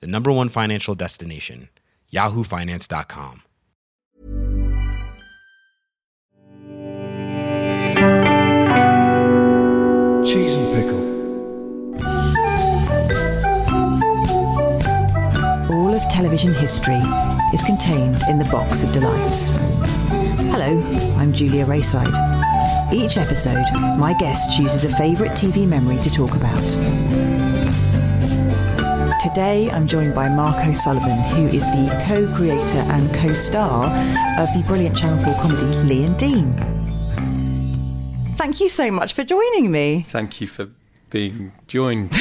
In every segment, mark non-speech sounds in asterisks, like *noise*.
the number one financial destination, yahoofinance.com. Cheese and pickle. All of television history is contained in the box of delights. Hello, I'm Julia Rayside. Each episode, my guest chooses a favourite TV memory to talk about. Today, I'm joined by Mark O'Sullivan, who is the co creator and co star of the brilliant Channel 4 comedy Lee and Dean. Thank you so much for joining me. Thank you for being joined. *laughs*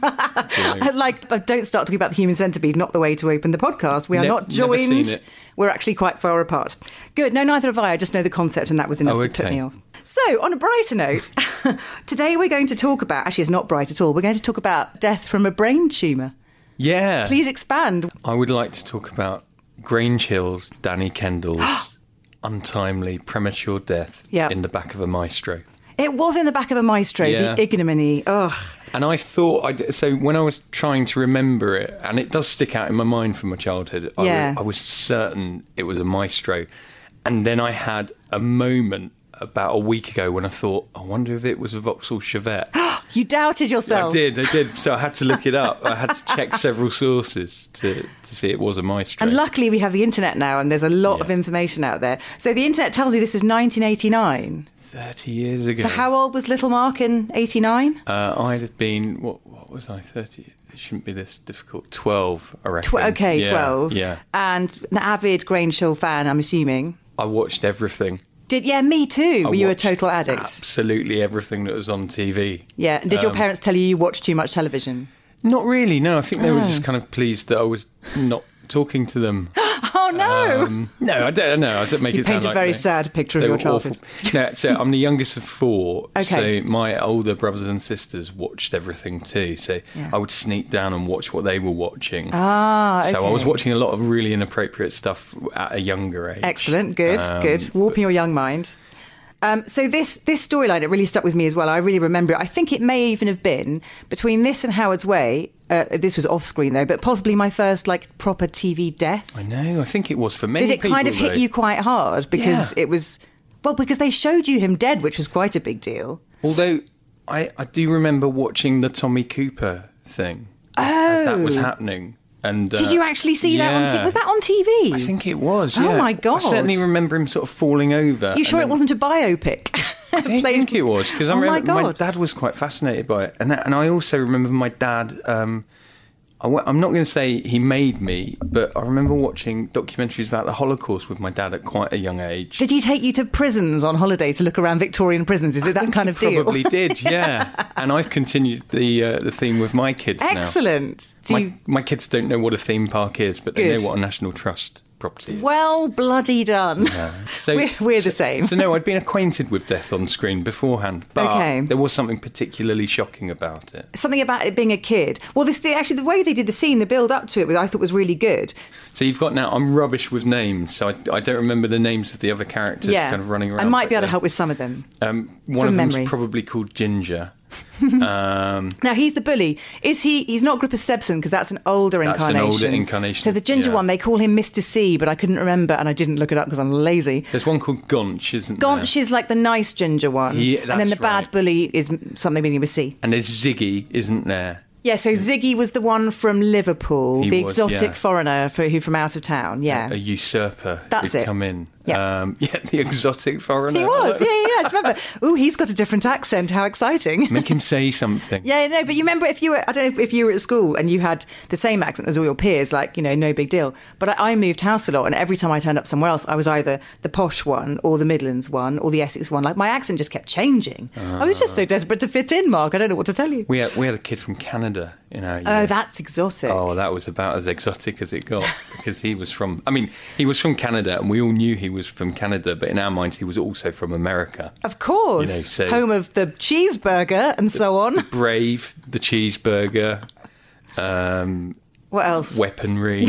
I like, I don't start talking about the human centipede, not the way to open the podcast. We are Ne- not never joined. seen it. We're actually quite far apart. Good. No, neither have I. I just know the concept, and that was enough Oh, to put okay. me off. So, on a brighter note, *laughs* today we're going to talk about actually, it's not bright at all. We're going to talk about death from a brain tumour. yeah. Please expand. I would like to talk about Grange Hill's *gasps* Danny Kendall's untimely premature death Yeah. in the back of a maestro. It was in the back of a maestro, Yeah. the ignominy. Ugh. And I thought, I, so when I was trying to remember it, and it does stick out in my mind from my childhood, I, Yeah. was, I was certain it was a maestro. And then I had a moment about a week ago when I thought, I wonder if it was a Vauxhall Chevette. You doubted yourself. I did, I did. So I had to look it up. I had to check several sources to, to see it was a maestro. And luckily, we have the internet now, and there's a lot Yeah. of information out there. So, the internet tells me this is 1989. 30 years ago. So, how old was Little Mark in 89? Uh, I'd have been what? What was I? Thirty. It shouldn't be this difficult. Twelve, I reckon. Tw- okay, Yeah, 12. Yeah. And an avid Grange Hill fan, I'm assuming. I watched everything. Did Yeah, me too. I Were you a watched total addict? Absolutely everything that was on TV. Yeah. And did um, your parents tell you you watched too much television? Not really. No, I think they were just kind of pleased that I was not talking to them. Oh, no. Um, no, I don't know. I don't make You it sound painted a like very they- sad picture of they your were awful. no, so I'm the youngest of four. *laughs* Okay. So my older brothers and sisters watched everything too. So Yeah. I would sneak down and watch what they were watching. Ah, So I was okay. watching a lot of really inappropriate stuff at a younger age. Excellent. Good. Um, good. Warping your young mind. Um, so this this storyline it really stuck with me as well. I really remember it. I think it may even have been between this and Howard's Way. Uh, this was off screen though, but possibly my first like proper TV death. I know. I think it was for many Did it kind of people, hit though. you quite hard because Yeah. it was well because they showed you him dead, which was quite a big deal. Although I, I do remember watching the Tommy Cooper thing as, as that was Oh. happening. And uh, Did you actually see that on yeah. TV? Was that on TV? I think it was. Oh yeah. my I certainly God. remember him sort of falling over. you and sure it then- wasn't a biopic? *laughs* I don't think it was because I Oh my remember my, God. dad was quite fascinated by it, and that, and I also remember my dad. Um, I, am not going to say he made me, but I remember watching documentaries about the Holocaust with my dad at quite a young age. Did he take you to prisons on holiday to look around Victorian prisons? Is it that kind of deal? *laughs* Probably did, yeah. and I've continued the uh, the theme with my kids now. Excellent. Do My, you- my kids don't know what a theme park is, but they Good. know what a National Trust property is. Well, bloody done. *laughs* we're, we're the same. So no, I'd been acquainted with death on screen beforehand, but Okay. there was something particularly shocking about it. Something about it being a kid. Well, this the, actually the way they did the scene, the build up to it, was- I thought was really good. So you've got now. I'm rubbish with names, so I, I don't remember the names of the other characters yeah, kind of running around. I might but be able to they- help with some of them. Um, one from of them's memory. probably called Ginger. um, Now he's the bully. Is he? He's not Gripper Stebson because that's an older That's an incarnation. older incarnation, So the ginger yeah. one, they call him Mister C, but I couldn't remember and I didn't look it up because I'm lazy. there's one called Gonch, isn't there? Gonch is like the nice ginger one, Yeah, and then that's the bad right. bully is something beginning with C. and there's Ziggy, isn't there? Yeah, so Ziggy was the one from Liverpool, He the was, exotic yeah. foreigner for, who from out of town. Yeah, A usurper. That's who'd it. Come in. Yeah. Um, *laughs* yeah, the exotic foreigner. He was, yeah, yeah. yeah. I remember. Ooh, he's got a different accent. How exciting! Make him say something. Yeah, no, but you remember if you were—I don't know—if you were at school and you had the same accent as all your peers, like you know, no big deal. But I, I moved house a lot, and every time I turned up somewhere else, I was either the posh one or the Midlands one or the Essex one. Like my Ah. accent just kept changing. I was just so desperate to fit in, Mark. I don't know what to tell you. We had, we had a kid from Canada in our year. Oh, that's exotic. Oh, that was about as exotic as *laughs* it got because he was from. I mean, he was from Canada, and we all knew he was from Canada, but in our minds, he was also from America. Of course. You know, so- Home of the cheeseburger and so on. *laughs* Brave, the cheeseburger, um, What else? *laughs* weaponry,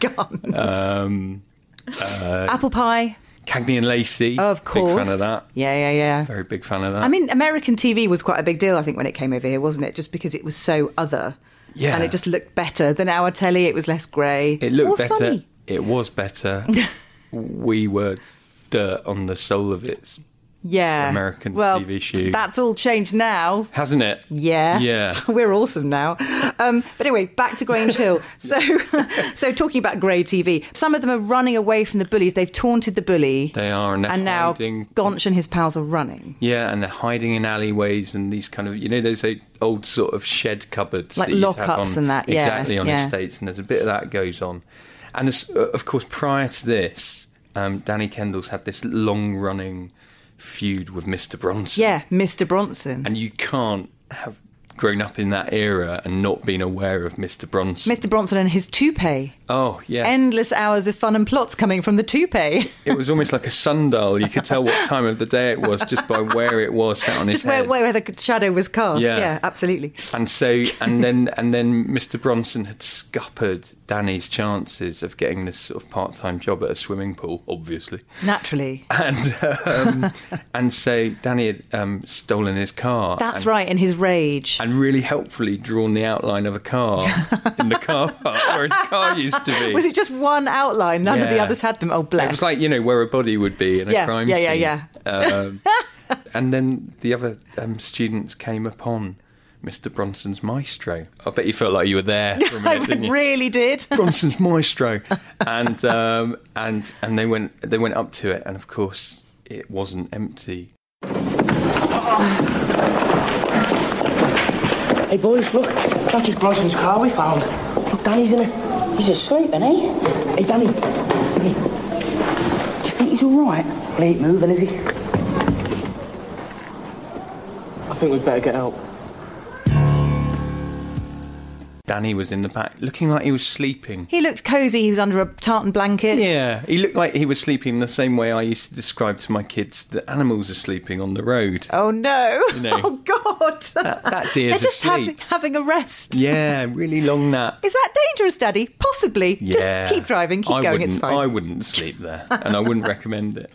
Guns. um, Apple pie. Cagney and Lacey. Oh, Of course. big fan of that. Yeah, yeah, yeah. Very big fan of that. I mean, American TV was quite a big deal, I think, when it came over here, wasn't it? Just because it was so other. Yeah. And it just looked better than our telly. It was less grey. it looked or better. Sunny. *laughs* It was better. we were dirt on the soul of it, Yeah. American well, TV shoe. That's all changed now. hasn't it? Yeah. Yeah. *laughs* We're awesome now. Um, but anyway, back to Grange *laughs* Hill. So, *laughs* so talking about grey TV, some of them are running away from the bullies. They've taunted the bully. They are, and they're And now hiding. Gonch and his pals are running. Yeah, and they're hiding in alleyways and these kind of, you know, those old sort of shed cupboards, Like that you'd have lockups on- and that, yeah, exactly on yeah. estates. And there's a bit of that goes on, and as, uh, of course, prior to this, um, Danny Kendall's had this long-running feud with Mr. Bronson. Yeah, Mr. Bronson. and you can't have grown up in that era and not been aware of Mr. Bronson. Mr. Bronson and his toupee. oh yeah, Endless hours of fun and plots coming from the toupee. *laughs* it was almost like a sundial. You could tell what time of the day it was just by where it was sat on *laughs* his Just where, head. where the shadow was cast. Yeah. Yeah, absolutely. And so, *laughs* and then, and then, Mr. Bronson had scuppered Danny's chances of getting this sort of part-time job at a swimming pool, obviously. Naturally. And *laughs* um, and so Danny had um, stolen his car. That's and, right, in his rage. And really helpfully drawn the outline of a *laughs* car in the car park where his car used to be. Was it just one outline? None of the Yeah. others had them. Oh, bless. It *laughs* was like you know where a body would be in a Yeah, crime yeah, yeah, scene. yeah. *laughs* Um, and then the other um, students came upon Mr. Bronson's maestro. I bet you felt like you were there for a minute, I didn't you? really did. *laughs* Bronson's maestro, and um, and and they went they went up to it, and of course it wasn't empty. Hey boys, look, that's just Bronson's car we found. Look, Danny's in it. He's asleep, isn't he? Hey Danny, Danny. Do you think he's all right? Well, he ain't moving, is he? I think we'd better get out. Danny was in the back, looking like he was sleeping. He looked cosy. He was under a tartan blanket. Yeah, he looked like he was sleeping the same way I used to describe to my kids that animals are sleeping on the road. Oh no! know. *laughs* Oh God! That, *laughs* that They're deer's just having, asleep. having a rest. Yeah, really long nap. Is that dangerous, Daddy? Possibly. Just keep driving. Keep I going. Wouldn't, It's fine. I wouldn't sleep there, and I wouldn't *laughs* recommend it.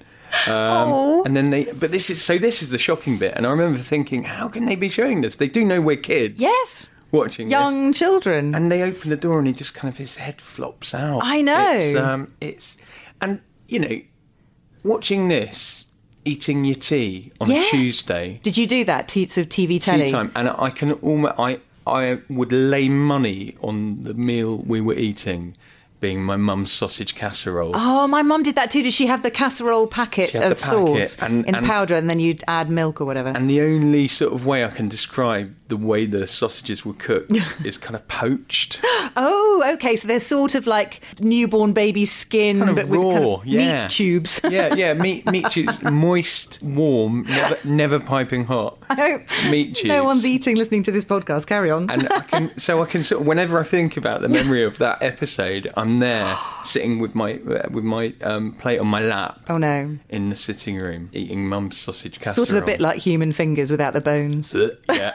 Um, oh. And then they, but this is so. This is the shocking bit, and I remember thinking, how can they be showing this? They do know we're kids. Yes. watching this. Young children. And they open the door, and he just kind of his head flops out. I know. It's, um, it's and you know, watching this, eating your tea on Yeah. a Tuesday, Did you do that? T- sort of TV telly. tea time, and I can almost I I would lay money on the meal we were eating being my mum's sausage casserole. Oh, my mum did that too. Did she have the casserole packet She had of the packet sauce and- in and- powder, and then you'd add milk or whatever? And the only sort of way I can describe the way the sausages were cooked *laughs* is kind of poached. oh, okay. So they're sort of like newborn baby skin, Kind of but with kind raw, of yeah. meat tubes. *laughs* Yeah, yeah, meat, meat tubes, moist, warm, never, never piping hot. *laughs* I hope meat *laughs* tubes. no one's eating listening to this podcast. Carry on. And I can, so I can sort of, whenever I think about the memory of that episode, I'm *gasps* there sitting with my with my um, plate on my lap *laughs* oh no. in the sitting room eating mum's sausage casserole. Sort of a bit like human fingers without the bones. *laughs* yeah.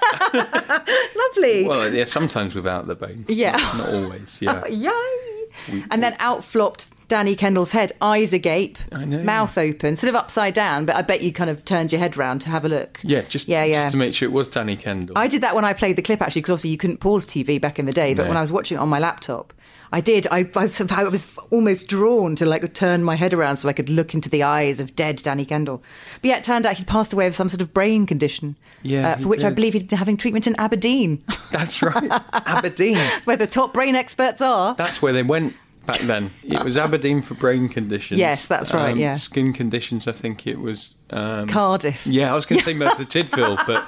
Lovely. Well, yeah, sometimes without the bones. Yeah. Uh, Not, not always, yeah. *laughs* Yay! And then out flopped Danny Kendall's head, eyes agape, I know. mouth open, sort of upside down. But I bet you kind of turned your head round to have a look. Yeah, just, yeah, yeah. just to make sure it was Danny Kendall. I did that when I played the clip actually, because obviously you couldn't pause TV back in the day. But No. when I was watching it on my laptop, I did. I, I somehow was almost drawn to like turn my head around so I could look into the eyes of dead Danny Kendall. But yeah, it turned out he'd passed away of some sort of brain condition, Yeah, uh, he for which I did. believe he'd been having treatment in Aberdeen, *laughs* *laughs* That's right. Aberdeen. where the top brain experts are. That's where they went back then. It was Aberdeen for brain conditions. Yes, that's right, Um, yeah. Skin conditions, I think it was. Um, Cardiff. yeah, I was *laughs* going to say Merthyr Tydfil, but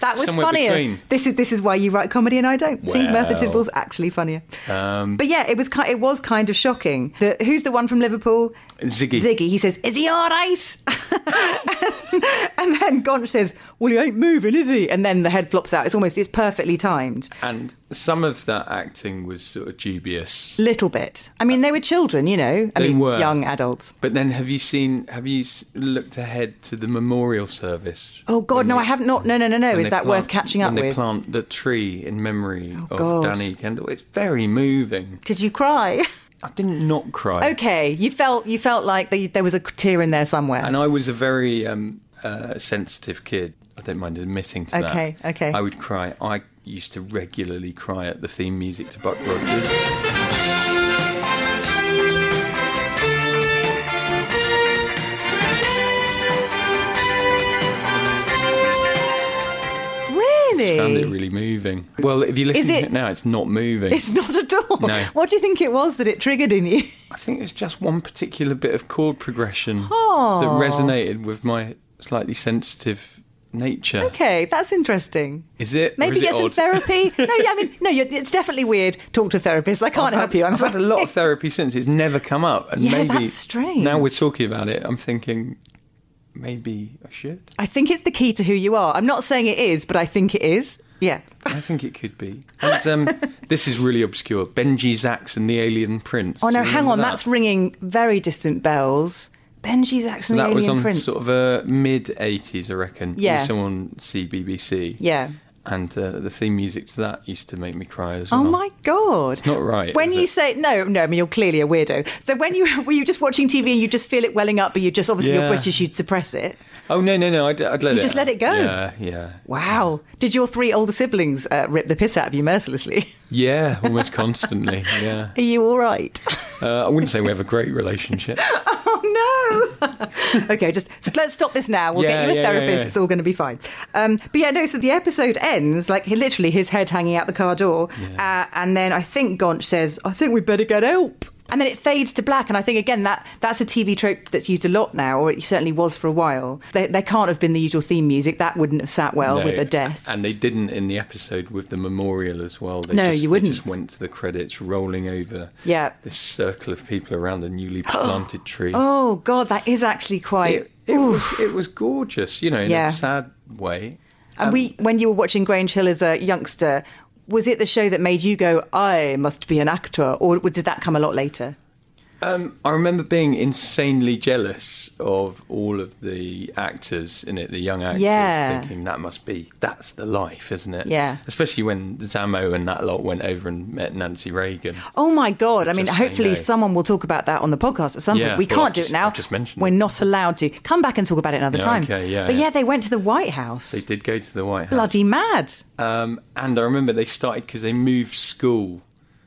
That was somewhere funnier. between. This is this is why you write comedy and I don't. See, Merthyr Well. Um, Tydfil's actually funnier. but yeah, it was ki- it was kind of shocking. The, who's the one from Liverpool? Ziggy. Ziggy. He says, "Is he all right?" *laughs* and then Gonch says, "Well, he ain't moving, is he?" And then the head flops out. It's almost it's perfectly timed. And some of that acting was sort of dubious. Little bit. I mean, they were children, you know. I They mean, were. young adults. But then, have you seen? Have you s- looked ahead to the memorial service? Oh God, When no, they- I have not. No, no, no, no. when Is they that plant- worth catching up when They with? Oh, plant the tree in memory of God. Danny Kendall. It's very moving. Did you cry? *laughs* I didn't not cry. okay, you felt you felt like the, there was a tear in there somewhere. And I was a very um, uh, sensitive kid. I don't mind admitting to that. Okay, okay. I would cry. I used to regularly cry at the theme music to Buck Rogers. really? Found it really moving. Well, if you listen Is to it- it now, it's not moving. It's not at all. No. What do you think it was that it triggered in you? I think it's just one particular bit of chord progression Aw. that resonated with my slightly sensitive nature. Okay, that's interesting. Is it? or Maybe is get it some odd? *laughs* therapy. No, yeah, I mean, no, you're, it's definitely weird. Talk to a therapist. I can't I've help had, you. I'm I've had a sorry. *laughs* lot of therapy since. It's never come up, and Yeah, maybe that's strange. Now we're talking about it. I'm thinking maybe I should. I think it's the key to who you are. I'm not saying it is, but I think it is. Yeah. I think it could be. And *laughs* um, this is really obscure. Benji Zax and the Alien Prince. Oh Do no, you hang remember on. that? That's ringing very distant bells. Benji's So accent, that the was Alien on Prince. sort of a mid '80s, I reckon. Yeah. Also on CBBC. Yeah. And uh, the theme music to that used to make me cry as well. Oh my god! It's not right, When is you it? say no, no, I mean you're clearly a weirdo. So when you *laughs* were you just watching TV and you just feel it welling up, but you just obviously you're Yeah. British, you'd suppress it. Oh no no no! I'd, I'd let You it. just let it go. Yeah yeah Wow! Did your three older siblings uh, rip the piss out of you mercilessly? yeah. *laughs* Almost constantly. Yeah. Are you all right? Uh, I wouldn't say we have a great relationship. *laughs* oh no! *laughs* okay, just, just let's stop this now. We'll get Yeah, you a yeah, yeah, therapist. yeah. It's all going to be fine. Um, but yeah, no. So the episode ends like he- literally his head hanging out the car door, uh, and then I think Gonch says, "I think we better get help." And then it fades to black, and I think again that that's a TV trope that's used a lot now, or it certainly was for a while. There, there can't have been the usual theme music that wouldn't have sat well No, Oh, with a death. And they didn't in the episode with the memorial as well. They No, just, you they wouldn't. just went to the credits rolling over Yeah. this circle of people around *gasps* a newly planted tree. Oh God, that is actually quite. It, it, was, it was gorgeous, you know, in Yeah. a sad way. And we, Um, when you were watching Grange Hill as a youngster, was it the show that made you go, "I must be an actor," or did that come a lot later? Um, I remember being insanely jealous of all of the actors in it, the young actors, Yeah. thinking that must be that's the life, isn't it? Yeah. Especially when Zamo and that lot went over and met Nancy Reagan. Oh my God! I mean, Just saying hopefully no. someone will talk about that on the podcast at some Yeah, point. We well, can't I've do just- it now. I've just mentioned We're it. not allowed to. Come back and talk about it another Yeah, time. okay, yeah, but yeah, yeah. they went to the White House. They did go to the White House. Bloody mad! Um, and I remember they started because they moved school,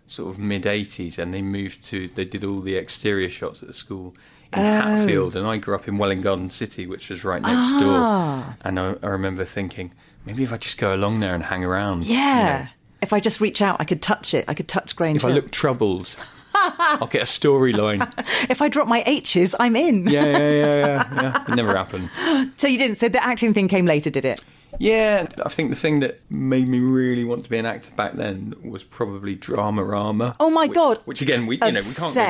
sort of mid '80s, and they moved to they did all the exterior shots at the school in Hatfield, and I grew up in Welling Garden City, which was right next door. And I, I remember thinking, maybe if I just go along there and hang around, you know. Yeah. If I just reach out, I could touch it. I could touch Grange if I Hill. look *laughs* troubled, I'll get a storyline. if I drop my H's, I'm in. *laughs* yeah, yeah, yeah, yeah, yeah. It never happened. *laughs* So you didn't. So the acting thing came later, did it? Yeah, I think the thing that made me really want to be an actor back then was probably Dramarama. Oh my which- God. Which again, we you know we can't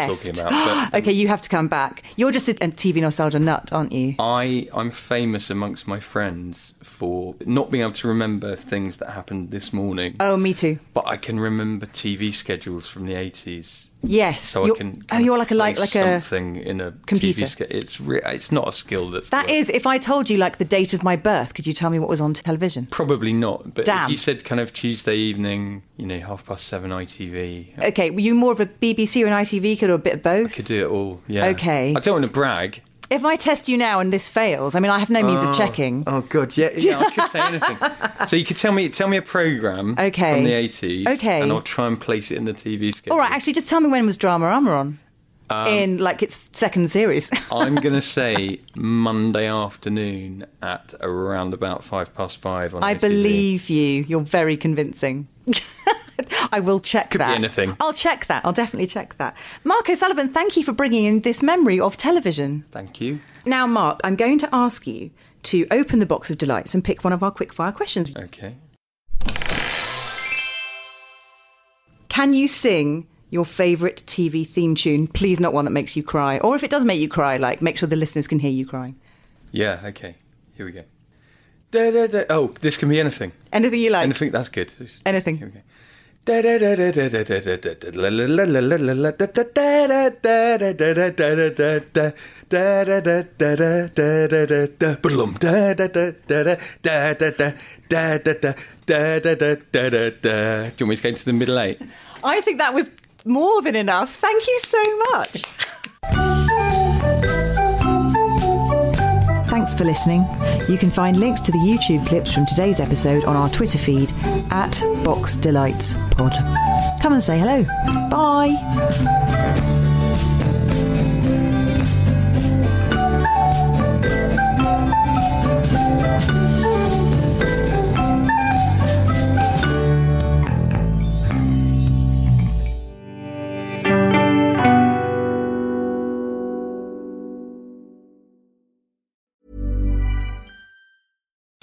Obsessed. *gasps* go talking about. But um, okay, you have to come back. You're just a, a TV nostalgia nut, aren't you? I I'm famous amongst my friends for not being able to remember things that happened this morning. Oh, me too. But I can remember TV schedules from the 80s. Yes. So you're, I can. Oh, kind you're of like a like place like a. something in a computer. TV schedule. It's re- it's not a skill that That is, if I told you like the date of my birth, could you tell me what was on television? probably not. But Damn. if you said kind of Tuesday evening, you know, half past seven ITV, Okay, were you more of a BBC or an ITV kid or a bit of both? Could do it all. Yeah. Okay. I don't want to brag. If I test you now and this fails, I mean, I have no means of checking. Oh god, yeah, yeah. I could say anything. so you could tell me, tell me a program Okay. from the eighties, Okay. and I'll try and place it in the TV schedule. All right, actually, just tell me when was Drama Armour on? Um, In like its second series. *laughs* I'm gonna say Monday afternoon at around about five past five on. I ITV. believe you. You're very convincing. *laughs* I will check Could be that. anything. I'll check that. I'll definitely check that. Marco Sullivan, thank you for bringing in this memory of television. Thank you. Now, Mark, I'm going to ask you to open the box of delights and pick one of our quickfire questions. Okay. Can you sing your favourite TV theme tune? Please, not one that makes you cry. Or if it does make you cry, like make sure the listeners can hear you crying. Yeah, okay. Here we go. Da, da, da. Oh, this can be anything. Anything you like. Anything, that's good. Here we Anything. go. Da, da, da, da, da, da, da, da, da, da, la, la, la, la, la, la, da, da, da, da, da, da, da, da, da, da, da, da, da, da, da, da, da, da, da, da, ba-dum, da, da, da, da, da, da, da, da, da, da, da, da, da, da, da, da, da. Do you want me to go into the middle eight? I think that was more than enough. Thank you so much. Thanks for listening. You can find links to the YouTube clips from today's episode on our Twitter feed at Box Delights Pod. Come and say hello. Bye.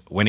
when